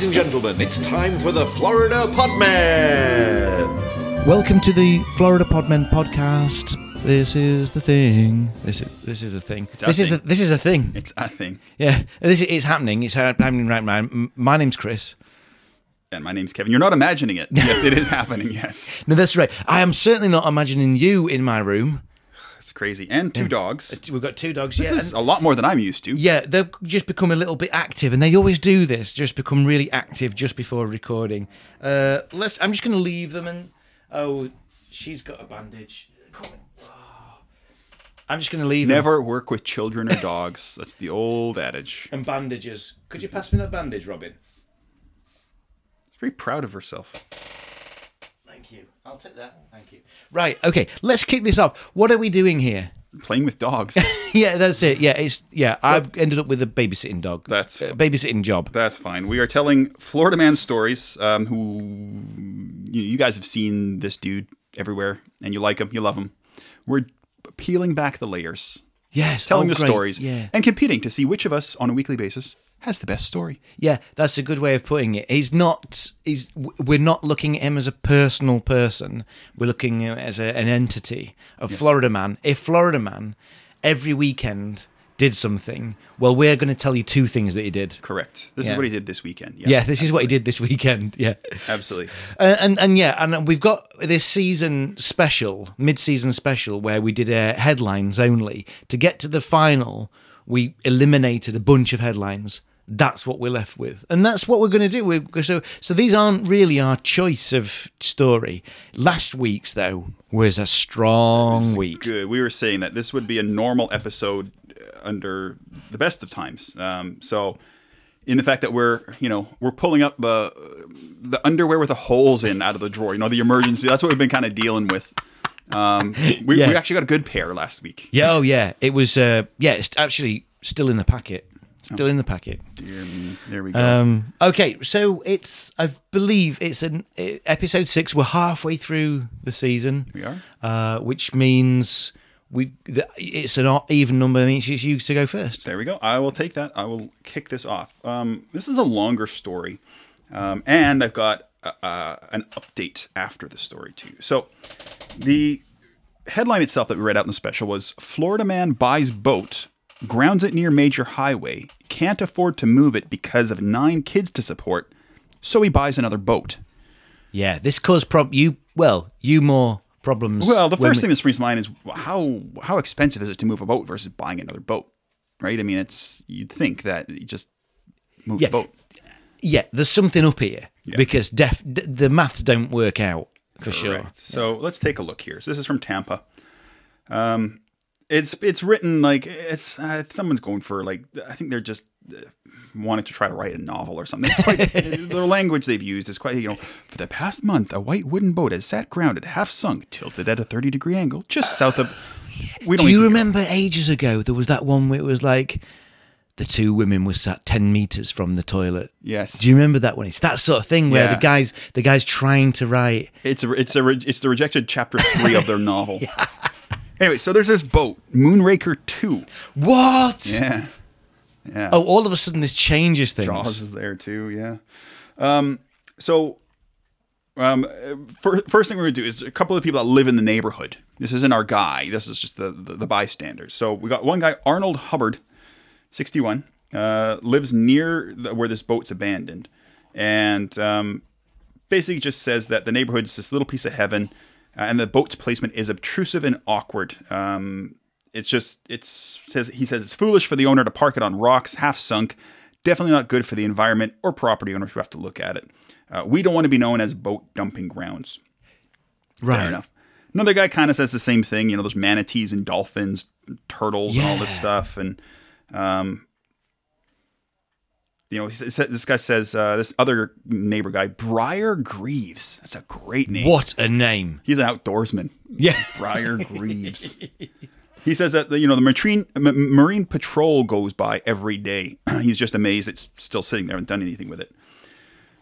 and gentlemen, it's time for the Florida Podman. Welcome to the Florida Podmen podcast. This is the thing. This is this is the thing. our this is the thing. this is the thing. It's a thing. Yeah, this is, it's happening. It's happening right now. M- My name's Chris. And my name's Kevin. You're not imagining it. Yes, it is happening. Yes. No, that's right. I am certainly not imagining you in my room. It's crazy. And two dogs. We've got two dogs. This yeah, is a lot more than I'm used to. yeah, they've just become a little bit active, and they always do this. Just become really active just before recording. Uh, let's. I'm just going to leave them, and oh, she's got a bandage. Come on. Ah. I'm just going to leave them. Never work with children or dogs. That's the old adage. and bandages. Could you pass me that bandage, Robin? She's very proud of herself. Thank you. I'll take that. Thank you. Right. Okay. Let's kick this off. What are we doing here? Playing with dogs. yeah, that's it. Yeah, it's yeah. I've ended up with a babysitting dog. That's- a babysitting job. That's fine. We are telling Florida man stories. Um, who you, you guys have seen this dude everywhere, and you like him, you love him. We're peeling back the layers, yes. telling oh, the great. stories, Yeah. and competing to see which of us on a weekly basis has the best story. Yeah. That's a good way of putting it. He's not. He's. w- We're not looking at him as a personal person. We're looking at him as a, an entity. A Florida man. If Florida man, every weekend did something. Well, we're going to tell you two things that he did. Correct. This Yeah. is what he did this weekend. Yeah, this is what he did this weekend. Yeah. Absolutely. Uh, and and yeah, and we've got this season special, mid-season special, where we did uh, headlines only. To get to the final, we eliminated a bunch of headlines. That's what we're left with, and that's what we're going to do. We're, so so these aren't really our choice of story. Last week's though was a strong week. Good. We were saying that this would be a normal episode uh, under the best of times. Um, so, in the fact that we're, you know, we're pulling up the the underwear with the holes in out of the drawer. You know, the emergency. That's what we've been kind of dealing with. Um, we, Yeah. we actually got a good pair last week. Yeah, oh yeah, it was. Uh, yeah, it's actually still in the packet. Still in the packet. Dear me. There we go. Um, okay, so it's I believe it's an uh, episode six. We're halfway through the season. we are. uh, which means we have it's an o- even number. It means it's you to go first. There we go. I will take that. I will kick this off. Um, this is a longer story, um, and I've got uh, uh, an update after the story too. So, the headline itself that we read out in the special was: Florida man buys boat, grounds it near major highway, can't afford to move it because of nine kids to support, so he buys another boat. Yeah, this caused prob you well you more problems. Well, the when first we- thing that springs to mind is how how expensive is it to move a boat versus buying another boat, right? I mean, it's you'd think that you just move Yeah. the boat. yeah, there's something up here because def d- the maths don't work out for sure. Correct. So let's take a look here. So this is from Tampa. Um, it's it's written like it's uh, someone's going for like I think they're just uh, wanting to try to write a novel or something. It's quite, the language they've used is quite you know. For the past month, a white wooden boat has sat grounded, half sunk, tilted at a thirty degree angle, just south of. We Do don't need you to- remember ages ago there was that one where it was like the two women were sat ten meters from the toilet. Yes. Do you remember that one? It's that sort of thing where Yeah. the guys the guys trying to write. It's a, it's a re- it's the rejected chapter three of their novel. Anyway, so there's this boat, Moonraker Two. What? Yeah. Yeah. Oh, all of a sudden this changes things. Jaws is there too, yeah. Um, so, um, fir- first thing we're gonna do is a couple of people that live in the neighborhood. This isn't our guy. This is just the the, the bystanders. So we got one guy, Arnold Hubbard, sixty one, uh, lives near the, where this boat's abandoned, and um, basically just says that the neighborhood is this little piece of heaven, uh, and the boat's placement is obtrusive and awkward. Um, it's just it's says he says it's foolish for the owner to park it on rocks half sunk, definitely not good for the environment or property owners who have to look at it. Uh, we don't want to be known as boat dumping grounds. right. Fair enough. Another guy kind of says the same thing. You know, there's manatees and dolphins, turtles, and all this Yeah. stuff. And, um, you know, he sa- this guy says uh, this other neighbor guy, Briar Greaves. That's a great name. What a name. He's an outdoorsman. Yeah. Briar Greaves. He says that you know the marine m- marine patrol goes by every day. He's just amazed it's still sitting there and done anything with it.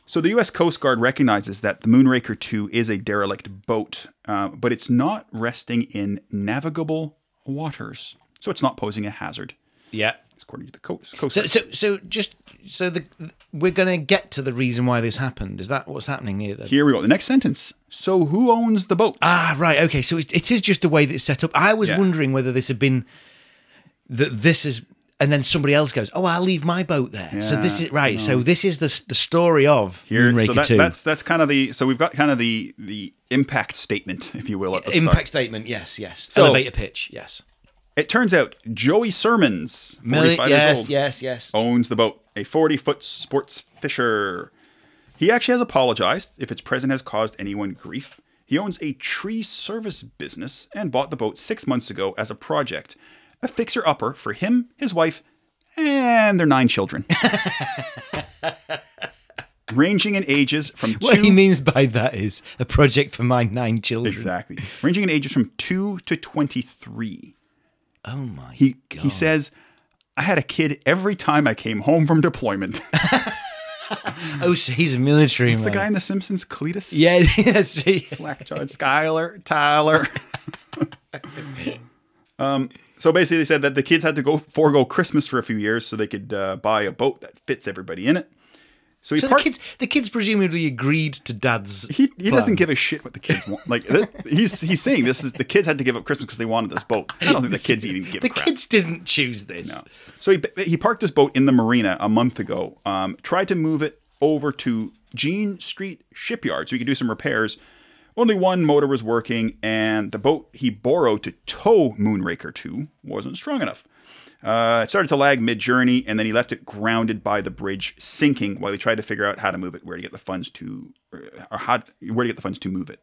So the U.S. Coast Guard recognizes that the Moonraker 2 is a derelict boat, uh, but it's not resting in navigable waters, so it's not posing a hazard. Yeah. according to the coast. coast So, so, so just so the we're gonna get to the reason why this happened. Is that what's happening here? Then? Here we go. The next sentence. So who owns the boat? Ah, right. Okay. So it, it is just the way that it's set up. I was Yeah. wondering whether this had been that this is, and then somebody else goes, "Oh, I'll leave my boat there." so this Yeah, is right. So this is the the story of Here, Moonraker so that, Two that's that's kind of the so we've got kind of the the impact statement, if you will, at the impact start. statement. Yes, yes. So- Elevator pitch. Yes. It turns out Joey Sermons, Milli- 45 years yes, old, yes, yes. owns the boat, a 40 foot sports fisher. He actually has apologized if its presence has caused anyone grief. He owns a tree service business and bought the boat six months ago as a project, a fixer upper for him, his wife, and their nine children. Ranging in ages from two What he means by that is a project for my nine children. exactly ranging in ages from two to twenty three. Oh my. He he says, "I had a kid every time I came home from deployment." oh, so he's a military man. the guy in The Simpsons, Cletus. Yeah. Yes. he- Slackjawed Skyler, Tyler. um, so basically, they said that the kids had to go forego Christmas for a few years so they could uh, buy a boat that fits everybody in it. So he So the part- kids, the kids presumably agreed to Dad's. he, he plan. doesn't give a shit what the kids want. Like th- he's he's saying this is the kids had to give up Christmas because they wanted this boat. I don't think the kids even give The a crap. kids didn't choose this. No. So he he parked his boat in the marina a month ago. Um, tried to move it over to Jean Street Shipyard so he could do some repairs. Only one motor was working, and the boat he borrowed to tow Moonraker 2 wasn't strong enough. Uh, it started to lag mid journey, and then he left it grounded by the bridge, sinking while he tried to figure out how to move it, where to get the funds to, or how where to get the funds to move it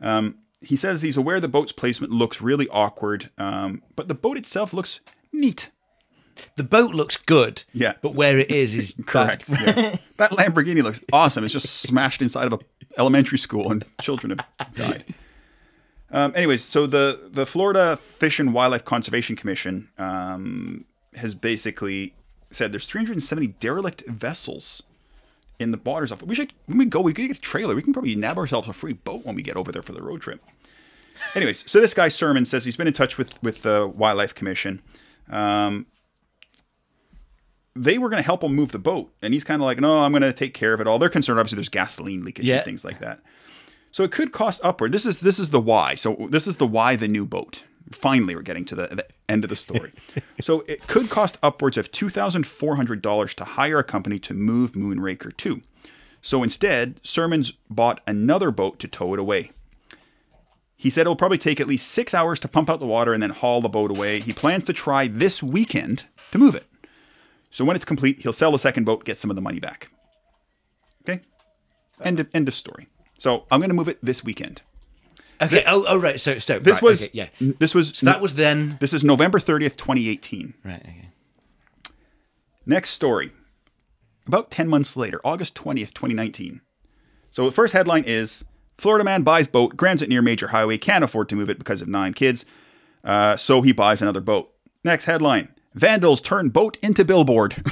Um, he says he's aware the boat's placement looks really awkward, um, but the boat itself looks neat. The boat looks good. Yeah. But where it is is bad. Correct. yeah. That Lamborghini looks awesome. It's just smashed inside of a elementary school, and children have died. Um, anyways, so the the Florida Fish and Wildlife Conservation Commission um, has basically said there's 370 derelict vessels in the waters off. We should when we go, we could get a trailer. We can probably nab ourselves a free boat when we get over there for the road trip. Anyways, so this guy Sermon says he's been in touch with with the Wildlife Commission. Um, they were going to help him move the boat, and he's kind of like, "No, I'm going to take care of it all." They're concerned, obviously, there's gasoline leakage Yeah. and things like that. So it could cost upward. This is this is the why. So this is the why the new boat. Finally, we're getting to the, the end of the story. so it could cost upwards of two thousand four hundred dollars to hire a company to move Moonraker two. So instead, Sermons bought another boat to tow it away. He said it'll probably take at least six hours to pump out the water and then haul the boat away. He plans to try this weekend to move it. So when it's complete, he'll sell the second boat, get some of the money back. Okay. End of end of story. So I'm going to move it this weekend. Okay. oh, oh, right. So, so This right, was okay, yeah. This was So that was then. this is November 30th, 2018. Right. Okay. Next story. About 10 months later, August 20th, 2019. So the first headline is Florida man buys boat, grams it near major highway, can't afford to move it because of nine kids. Uh, so he buys another boat. Next headline Vandals turn boat into billboard.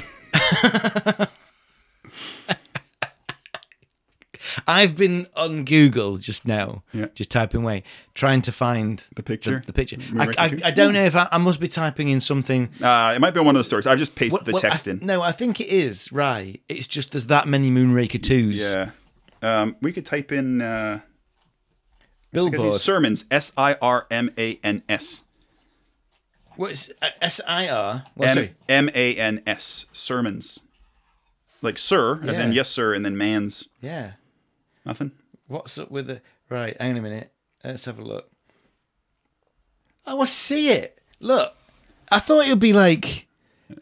I've been on Google just now, just typing away, trying to find the picture? The, picture. I, Moonraker I, two? I don't know if I, I must be typing in something. uh, it might be on one of those stories. I've just pasted Well, the well, I- text in. No, I think it is right. It's just there's that many Moonraker twos. Yeah. Um, we could type in uh, Billboard. sermons, S I R M A N S. What's uh, S I R? Well, M Oh, sorry. A N S. Sermons. Like sir, as in Yeah. yes, sir, and then man's. Yeah. Nothing. What's up with the right? Hang on a minute. Let's have a look. Oh, I want to see it. Look, I thought it'd be like.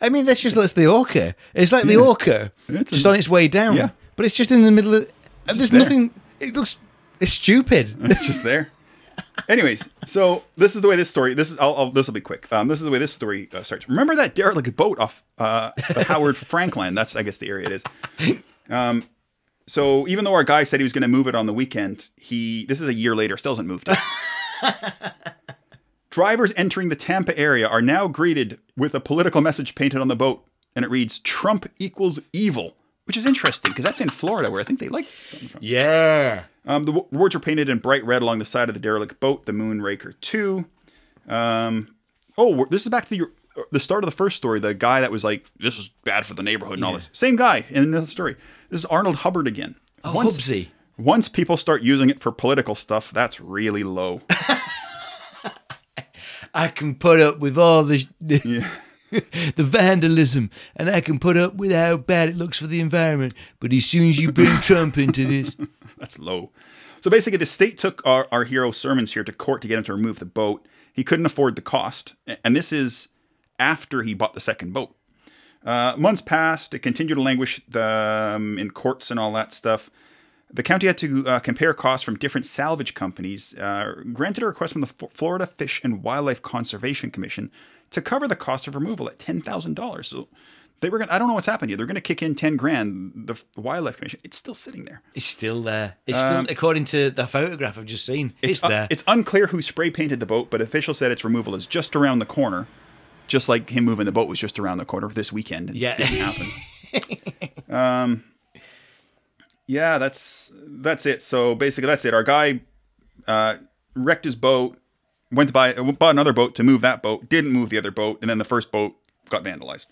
I mean, that's just like the orca. It's like the orca, It's just a- on its way down. Yeah. But it's just in the middle of. and there's just there. nothing. It looks. It's stupid. It's just there. Anyways, so this is the way this story. This is. I'll, I'll, this will be quick. Um, this is the way this story uh, starts. Remember that derelict boat off uh, the Howard Frank line? That's I guess the area it is. Um, so even though our guy said he was going to move it on the weekend, he this is a year later still hasn't moved it. Drivers entering the Tampa area are now greeted with a political message painted on the boat, and it reads "Trump equals evil," which is interesting because that's in Florida where I think they like yeah. um, the w- words are painted in bright red along the side of the derelict boat, the Moonraker 2. Um, oh, we're- this is back to the the start of the first story, the guy that was like, "This is bad for the neighborhood" and all this, same guy in another story. This is Arnold Hubbard again. Oh, Hubsy. Once people start using it for political stuff, that's really low. I can put up with all the the, the vandalism, and I can put up with how bad it looks for the environment. But as soon as you bring Trump into this, That's low. So basically, the state took our, our hero Sermons here to court to get him to remove the boat. He couldn't afford the cost. a- And this is after he bought the second boat. Uh, months passed. It continued to languish um, in courts and all that stuff. The county had to uh, compare costs from different salvage companies, uh, granted a request from the F- Florida Fish and Wildlife Conservation Commission to cover the cost of removal at ten thousand dollars. So they were going. to I don't know what's happened here. They're going to kick in ten grand. The F- Wildlife Commission. It's still sitting there. it's still there. It's still, according to the photograph I've just seen, it's, un- there. Um, it's unclear who spray painted the boat, but officials said its removal is just around the corner. Just like him moving the boat was just around the corner this weekend. It Yeah. didn't happen. um, yeah, that's that's it. So basically, that's it. Our guy uh, wrecked his boat, went to buy bought another boat to move that boat, didn't move the other boat, and then the first boat got vandalized.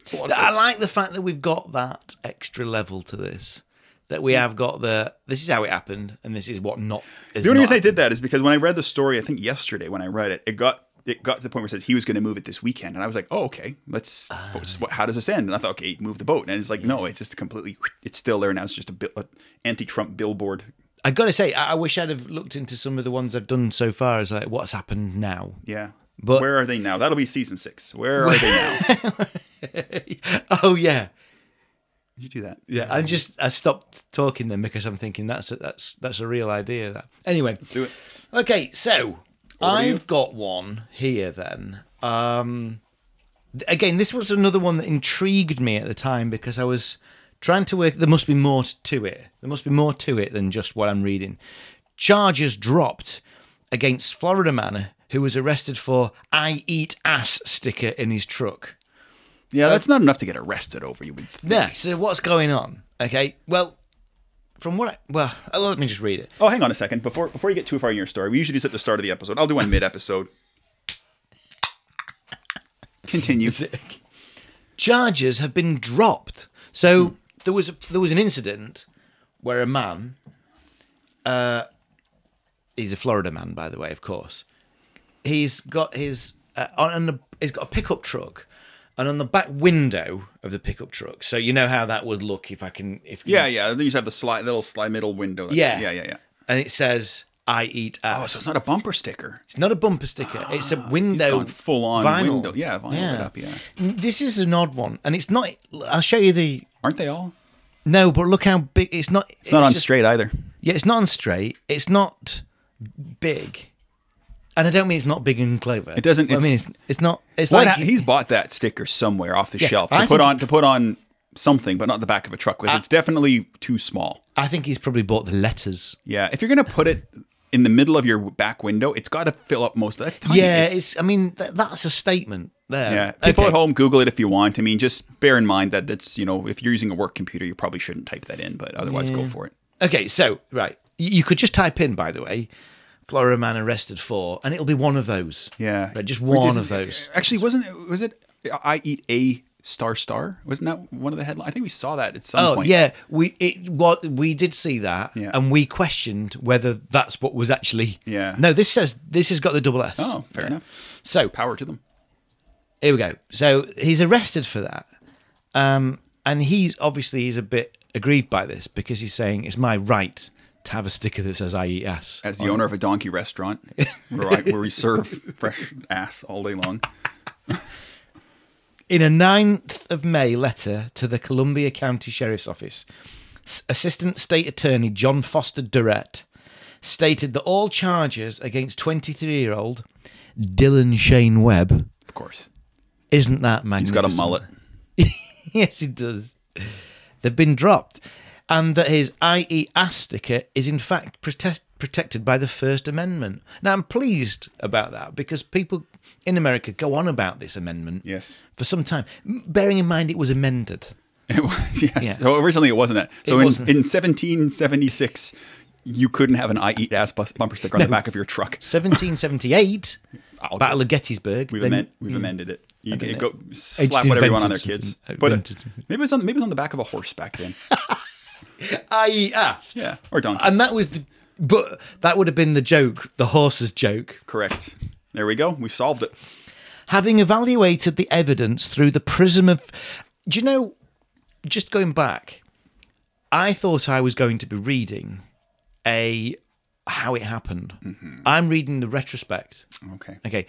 It's a lot of I boats. like the fact that we've got that extra level to this. That we have got the this is how it happened, and this is what not. Is The not only reason I happened. did that is because when I read the story, I think yesterday when I read it, it got it got to the point where it says he was going to move it this weekend, and I was like, oh okay, let's. what's- Ah. what, how does this end? And I thought, okay, move the boat, and it's like, no, it's just completely. It's still there now. It's just a, bi- a anti-Trump billboard. I gotta say, I, I wish I'd have looked into some of the ones I've done so far as like what's happened now. Yeah, But- where are they now? That'll be season six. Where are they now? oh yeah, you do that. yeah. I'm just I stopped talking then because I'm thinking that's a, that's that's a real idea. That anyway. Do it. Okay, so Over to you. I've got one here then. Um, th- again, this was another one that intrigued me at the time because I was trying to work. There must be more t- to it. There must be more to it than just what I'm reading. Charges dropped against Florida man who was arrested for "I eat ass" sticker in his truck. Yeah, that's not enough to get arrested over. You would. Think. Yeah. So what's going on? Okay. Well, from what I well, uh, let me just read it. Oh, hang on a second. Before before you get too far in your story, we usually do this at the start of the episode. I'll do one mid-episode. Continue. charges have been dropped. So Hmm. there was a, there was an incident where a man, uh, he's a Florida man, by the way, of course. He's got his uh, on on the, he's got a pickup truck, and on the back window of the pickup truck. So you know how that would look if I can if Yeah, yeah. Then you just have the slide, little slide middle window. That's- yeah yeah, yeah, yeah. and it says I eat ass. Oh, so it's not a bumper sticker. It's not a bumper sticker. it's a window. Ah, gone full-on vinyl. window. Yeah, vinyl it up, yeah. This is an odd one, and it's not. I'll show you the Aren't they all? No, but look how big. It's not. It's, just- straight either. Yeah, it's not on straight. It's not big, and I don't mean it's not big and clever. It doesn't- I it's- mean it's it's not. It's What like ha- he's bought that sticker somewhere off the shelf to I put think- on to put on something, but not the back of a truck because it's definitely too small. I think he's probably bought the letters. Yeah, if you're gonna put it in the middle of your back window, it's got to fill up most. of That's tiny. yeah, it's, I mean th- that's a statement there. yeah. People Okay. at home, Google it if you want. I mean, just bear in mind that that's you know, if you're using a work computer, you probably shouldn't type that in, but otherwise, go for it. Okay, so right, Y- you could just type in, by the way, Florida man arrested for, and it'll be one of those. Yeah, Right, just Which one is- of those. Actually, wasn't it? Was it? I eat a star star. Wasn't that one of the headlines? I think we saw that at some Oh point. yeah, we it what we did see that, Yeah. and we questioned whether that's what was actually. Yeah. No, this says this has got the double S. Oh, fair enough. So Power to them. here we go. So he's arrested for that, um, and he's obviously he's a bit aggrieved by this because he's saying it's my right to have a sticker that says I E eat ass. As the owner of a donkey restaurant, where, I, where we serve fresh ass all day long. In a 9th of May letter to the Columbia County Sheriff's Office, S- Assistant State Attorney John Foster Durrett stated that all charges against 23 year old Dylan Shane Webb Of course, isn't that magnificent. he's got a mullet. yes, he does. They've been dropped. And that his IE ass sticker is in fact protest- protected by the First Amendment. Now, I'm pleased about that because people in America go on about this amendment Yes, for some time, m- bearing in mind it was amended. it was. Yes. Yeah. So originally, it wasn't that. So It in, wasn't. in 1776, you couldn't have an "I eat ass" bus- bumper sticker on the back of your truck. 1778, I'll Battle of Gettysburg. We've, then- amend, we've amended it. You can go slap just whatever you want on their invented kids. something. I But uh, invented something. maybe it was on maybe it was on the back of a horse back then. I, ah, Yeah, or donkey. and that was, the, but that would have been the joke, the horse's joke. Correct. There we go. We've solved it. having evaluated the evidence through the prism of do you know just going back i thought i was going to be reading a how it happened Mm-hmm. i'm reading the retrospect Okay. okay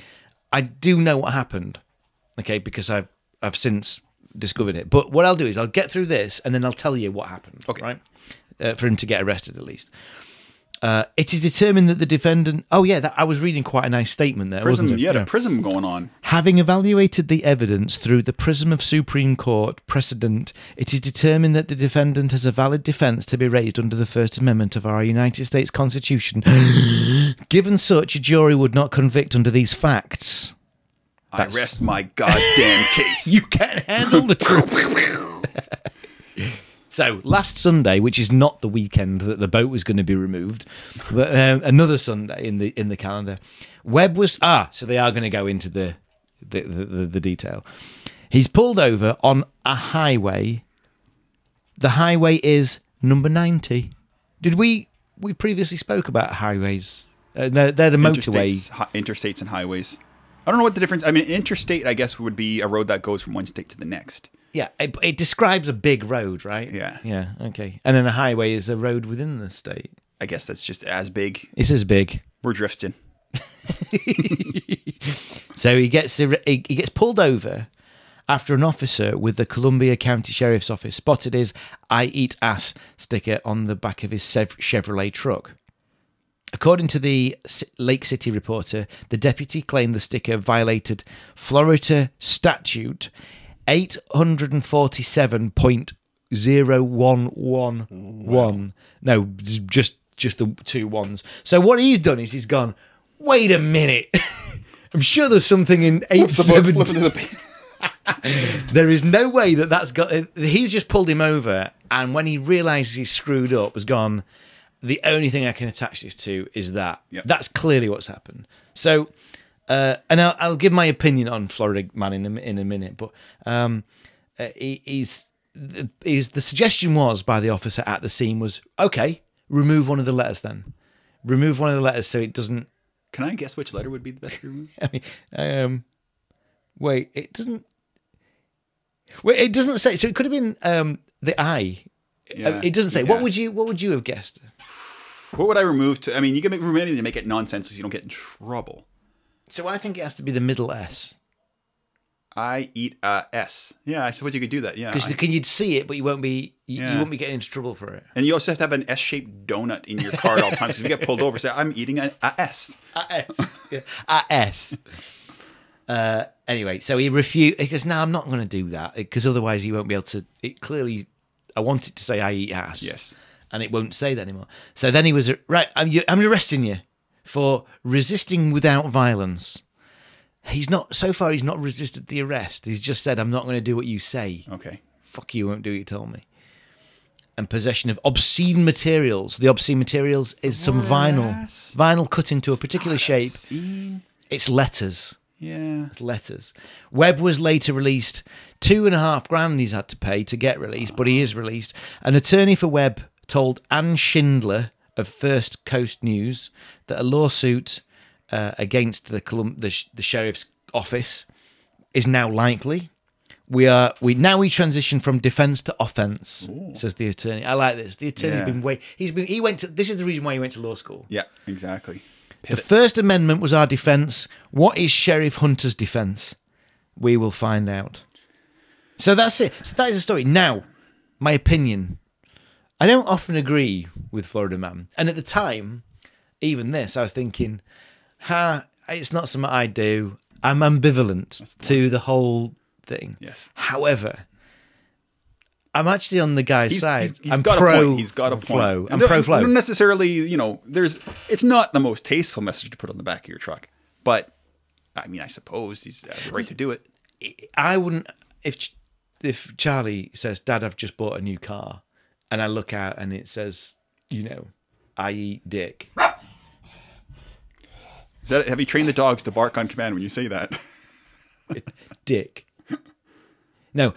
i do know what happened okay because i've i've since discovered it but what i'll do is i'll get through this and then i'll tell you what happened Okay. right uh, for him to get arrested at least uh, it is determined that the defendant oh yeah that, i was reading quite a nice statement there Prism. wasn't it? You had a prism going on. Having evaluated the evidence through the prism of Supreme Court precedent, it is determined that the defendant has a valid defence to be raised under the First Amendment of our United States Constitution. Given such, a jury would not convict under these facts. I rest my goddamn case. You can't handle the truth. so, last Sunday, which is not the weekend that the boat was going to be removed, but um, another Sunday in the in the calendar, Webb was ah. So they are going to go into the the, the, the, the detail. He's pulled over on a highway. The highway is number ninety. Did we we previously spoke about highways? Uh, they're, they're the motorway. interstates, hi- interstates and highways. I don't know what the difference. I mean, interstate, I guess, would be a road that goes from one state to the next. Yeah, it, it describes a big road, right? Yeah. Yeah, okay. And then a highway is a road within the state. I guess that's just as big. It's as big. We're drifting. So he gets he he gets pulled over after an officer with the Columbia County Sheriff's Office spotted his "I eat ass" sticker on the back of his Chev- Chevrolet truck. According to the S- Lake City Reporter, the deputy claimed the sticker violated Florida Statute 847.0111. No, z- just just the two ones. So what he's done is he's gone. Wait a minute. I'm sure there's something in book, 870. flip it to the page. There is no way that that's got. He's just pulled him over, and when he realizes he's screwed up, has gone. The only thing I can attach this to is that. Yep. That's clearly what's happened. So, uh, and I'll, I'll give my opinion on Florida Man in a, in a minute, but um, uh, he, he's, the, he's the suggestion was by the officer at the scene was okay, remove one of the letters then, remove one of the letters so it doesn't. Can I guess which letter would be the best room? I mean, um, wait, it doesn't. Wait, it doesn't say. So it could have been um, the I. Um, Yeah. It doesn't say. What Yeah. would you What would you have guessed? What would I remove? To I mean, you can make, remove anything to make it nonsensical so you don't get in trouble. So I think it has to be the middle S I eat uh, S. Yeah, I suppose you could do that. Yeah. because I- you'd see it, but you won't be you, Yeah. you won't be getting into trouble for it. and you also have to have an S-shaped donut in your car at all times. Because if you get pulled over, say I'm eating an a S. A S. Yeah, A S. Uh, anyway, so he refused. He goes, "No, I'm not going to do that because otherwise he won't be able to." It clearly, I want it to say "I eat ass." Yes. and it won't say that anymore. So then he was right. I'm, you, I'm arresting you for resisting without violence. He's not. So far, he's not resisted the arrest. He's just said, "I'm not going to do what you say." Okay. fuck you won't do what you told me and possession of obscene materials the obscene materials is some vinyl Yes. vinyl cut into a particular shape See? it's letters E, Yeah. letters webb was later released two and a half grand he's had to pay to get released but he is released an attorney for webb told anne schindler of first coast news that a lawsuit uh, against the, Colum- the, sh- the sheriff's office is now likely we are we now we transition from defense to offense says the attorney i like this the attorney's Yeah. been way he's been he went to this is the reason why he went to law school Yeah. Exactly. the first amendment was our defense what is sheriff hunter's defense we will find out so that's it so that is the story now my opinion i don't often agree with florida man and at the time even this i was thinking ha it's not something i do i'm ambivalent to the whole thing Yes. However, I'm actually on the guy's He's- side. he's- he's I'm got pro. a point. He's got a point. Flow. I'm And pro don't- flow. Don't necessarily, you know, there's. It's not the most tasteful message to put on the back of your truck, but I mean, I suppose he's uh, the right to do it. I wouldn't if Ch- if Charlie says, "Dad, I've just bought a new car," and I look out and it says, you know, I eat dick. Is that, have you trained the dogs to bark on command when you say that? Dick. No.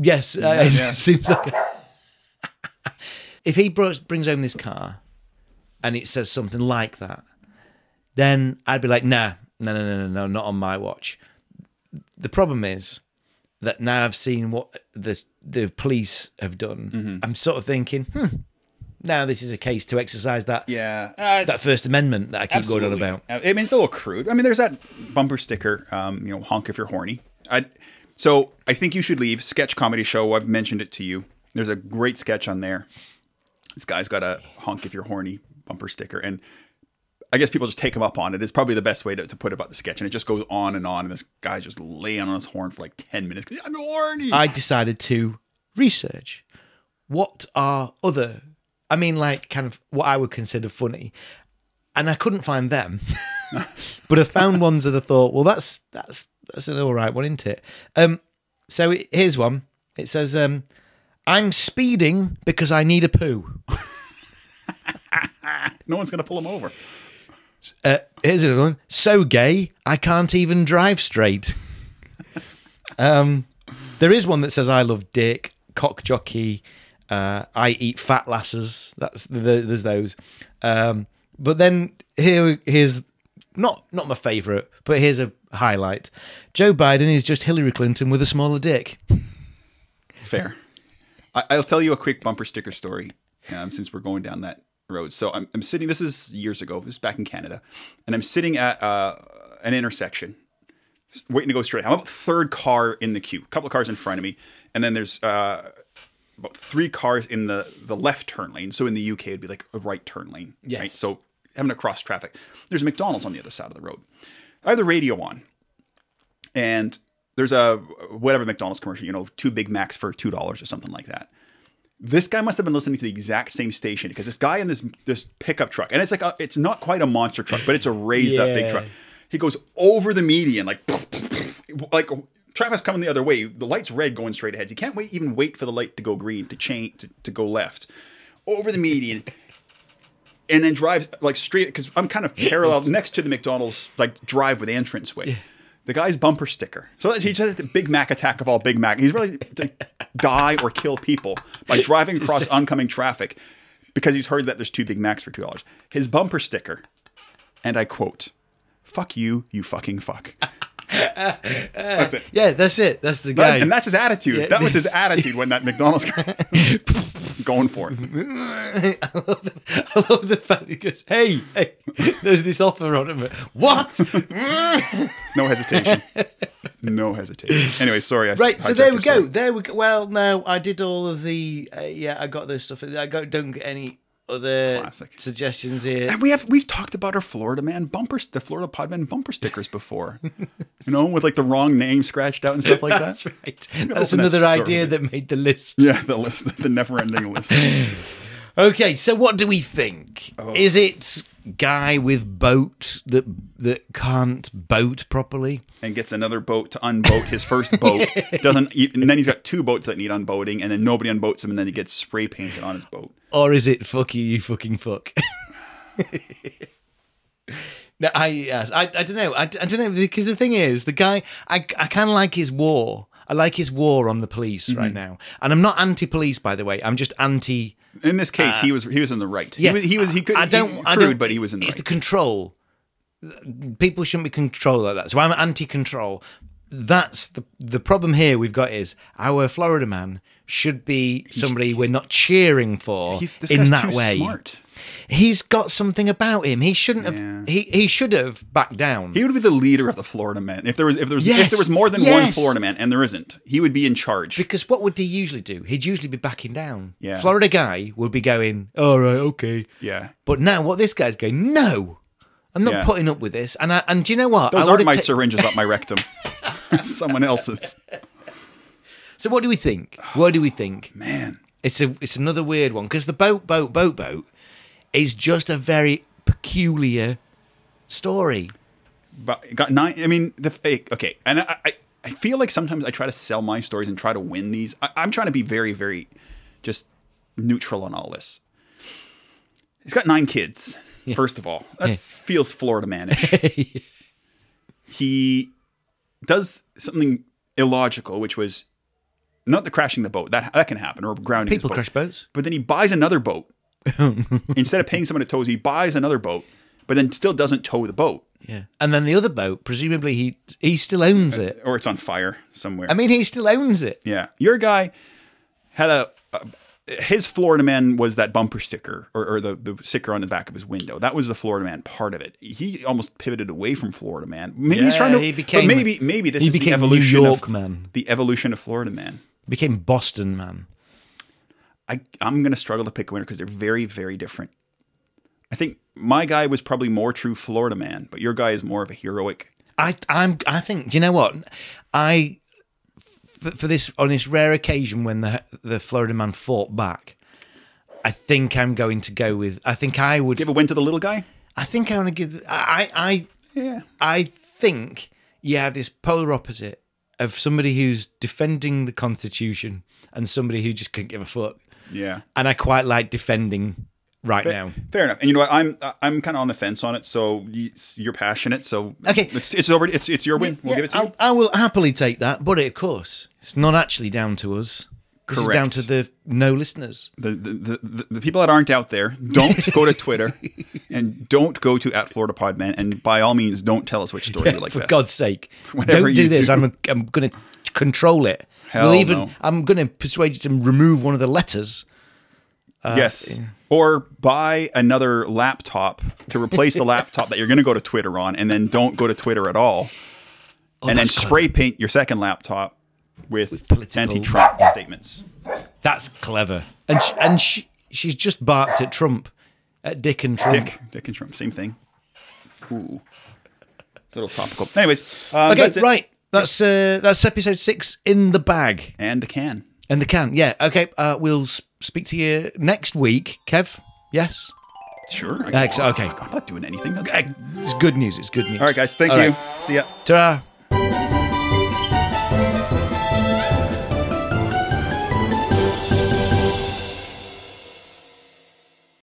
Yes, uh, it yeah. seems like. a- if he brought, brings home this car, and it says something like that, then I'd be like, nah, no, no, no, no, no, not on my watch. The problem is that now I've seen what the the police have done. Mm-hmm. I'm sort of thinking, hmm, now this is a case to exercise that Yeah. that First Amendment that I keep going on about. Uh, I mean, it's a little crude. I mean, there's that bumper sticker, um, you know, honk if you're horny. I, so I think you should leave. Sketch comedy show. I've mentioned it to you. There's a great sketch on there. This guy's got a honk if you're horny bumper sticker, and I guess people just take him up on it. It's probably the best way to, to put about the sketch, and it just goes on and on. And this guy's just laying on his horn for like ten minutes. 'cause I'm horny. I decided to research what are other, I mean, like kind of what I would consider funny, and I couldn't find them, but I found ones that I thought, well, that's that's that's an all right one, isn't it? Um, so it, here's one. It says, um, "I'm speeding because I need a poo." no one's gonna pull him over. Uh, here's another one. So gay, I can't even drive straight. um, there is one that says, "I love dick, cock jockey, uh, I eat fat lasses." That's the, there's those. Um, but then here here's not not my favourite, but here's a highlight. Joe Biden is just Hillary Clinton with a smaller dick. Fair. I, I'll tell you a quick bumper sticker story um, since we're going down that road. So I'm, I'm sitting, this is years ago, this is back in Canada, and I'm sitting at uh, an intersection waiting to go straight. I'm about third car in the queue, a couple of cars in front of me, and then there's uh, about three cars in the the left turn lane. So in the UK, it'd be like a right turn lane. Yes. Right? So having to cross traffic. There's a McDonald's on the other side of the road. I have the radio on, and there's a whatever McDonald's commercial, you know, two Big Macs for two dollars or something like that. This guy must have been listening to the exact same station because this guy in this this pickup truck, and it's like a, it's not quite a monster truck, but it's a raised up big Yeah. truck. He goes over the median, like like traffic's coming the other way. The light's red, going straight ahead. You can't wait, even wait for the light to go green to change to, to go left, over the median, and then drives like straight because I'm kind of parallel next to the McDonald's like drive with the entranceway. The guy's bumper sticker. So he just had the Big Mac attack of all Big Mac. He's really to die or kill people by driving across oncoming traffic because he's heard that there's two Big Macs for two dollars. His bumper sticker, and I quote, "Fuck you, you fucking fuck." That's it. Yeah, that's it. That's the guy. That- and that's his attitude. Yeah, that was his this- attitude when that McDonald's going for it. I love the fact he goes, "Hey, hey, there's this offer on it." What? No hesitation. No hesitation. Anyway, sorry. I s- Right, so hijacked there we your go. story. There we go. Well, no, I did all of the. Uh, yeah, I got this stuff. I got, don't get any other Classic. suggestions here. And we have we've talked about our Florida man bumper, the Florida Podman bumper stickers before. you know, with like the wrong name scratched out and stuff like that. That's right. That's open that another store. idea that made the list. Yeah, the list, the never-ending list. Okay, so what do we think? Is it guy with boat that that can't boat properly? And gets another boat to unboat his first boat. Doesn't, e- and then he's got two boats that need unboating, and then nobody unboats him, and then he gets spray painted on his boat. or is it fuck you, you fucking fuck? no, I, yes, I, I don't know. I, don't know because the thing is, the guy, I, I kind of like his war. I like his war on the police Mm-hmm. right now, and I'm not anti-police, by the way. I'm just anti. In this case, he was he was in the right. Uh, Yeah, he was he, was, he could. I don't. He, I crude, don't. but he was in the It's right. the control. People shouldn't be controlled like that. So I'm anti-control. That's the the problem here. We've got is our Florida man should be somebody we're not cheering for He's this in guy's that too way smart. he's got something about him. He shouldn't have. Yeah. He he should have backed down. He would be the leader of the Florida men. If there was if there was if Yes. there was more than one Yes. Florida man, and there isn't, he would be in charge. because what would he usually do? He'd usually be backing down. Yeah. Florida guy would be going, all right, okay. yeah. But now what this guy's going, no, I'm not Yeah. putting up with this. And I, and do you know what? Those I aren't would've my ta- syringes up my rectum. Someone else's. so what do we think? What do we think? Man. It's a it's another weird one because the boat boat boat boat is just a very peculiar story. But got nine I mean the fake okay. And I, I I feel like sometimes I try to sell my stories and try to win these. I, I'm trying to be very, very just neutral on all this. He's got nine kids. First of all, that feels Florida manish. he does something illogical, which was not the crashing the boat. That that can happen or grounding his People boat. crash boats. But then he buys another boat. Instead of paying someone to tow, he buys another boat, but then still doesn't tow the boat, Yeah. And then the other boat, presumably he he still owns it. or it's on fire somewhere. I mean, he still owns it. Yeah, your guy had a, a- his Florida man was that bumper sticker or, or the the sticker on the back of his window. That was the Florida man part of it. He almost pivoted away from Florida man. Maybe he's Yeah, trying to. he but became- maybe maybe this he is the became New evolution York of man. The evolution of Florida man. Became Boston man. I I'm gonna struggle to pick a winner because they're very very different. I think my guy was probably more true Florida man, but your guy is more of a heroic. I I'm I think do you know what I for, for this on this rare occasion when the the Florida man fought back. I think I'm going to go with. I think I would. Give a win to the little guy. I think I want to give. I I Yeah. I think you have this polar opposite of somebody who's defending the Constitution and somebody who just couldn't give a fuck. Yeah. And I quite like defending right now. Fair enough. And you know what? I'm I- I'm kind of on the fence on it. So y- you're passionate. So Okay. it's, it's over. It's it's your win. We'll Yeah, give it to I'll- you. I will happily take that, but of course, it's not actually down to us. This is Correct. down to the no listeners. The, the, the, the- the people that aren't out there, don't go to Twitter, and don't go to at Florida Podman, and by all means, don't tell us which story you like For best. God's sake, Whatever don't do you this. do. I'm I'm going to control it. Hell we'll even no. I'm going to persuade you to remove one of the letters. yes, or buy another laptop to replace the laptop that you're going to go to Twitter on, and then don't go to Twitter at all, and then Oh, that's clever. spray paint your second laptop with political- anti-Trump statements. That's clever. And sh and she, she's just barked at Trump, at Dick and Trump. Dick, Dick and Trump, same thing. Ooh, little topical. Anyways, um, Okay, that's it. right. That's uh, that's episode six in the bag And the can. and the can. Yeah. Okay. Uh, we'll s- speak to you next week, Kev. Yes. Sure. I Ex- okay. I'm not doing anything. That's It's good news. It's good news. All right, guys. Thank All you. right. See ya. Ta-ra.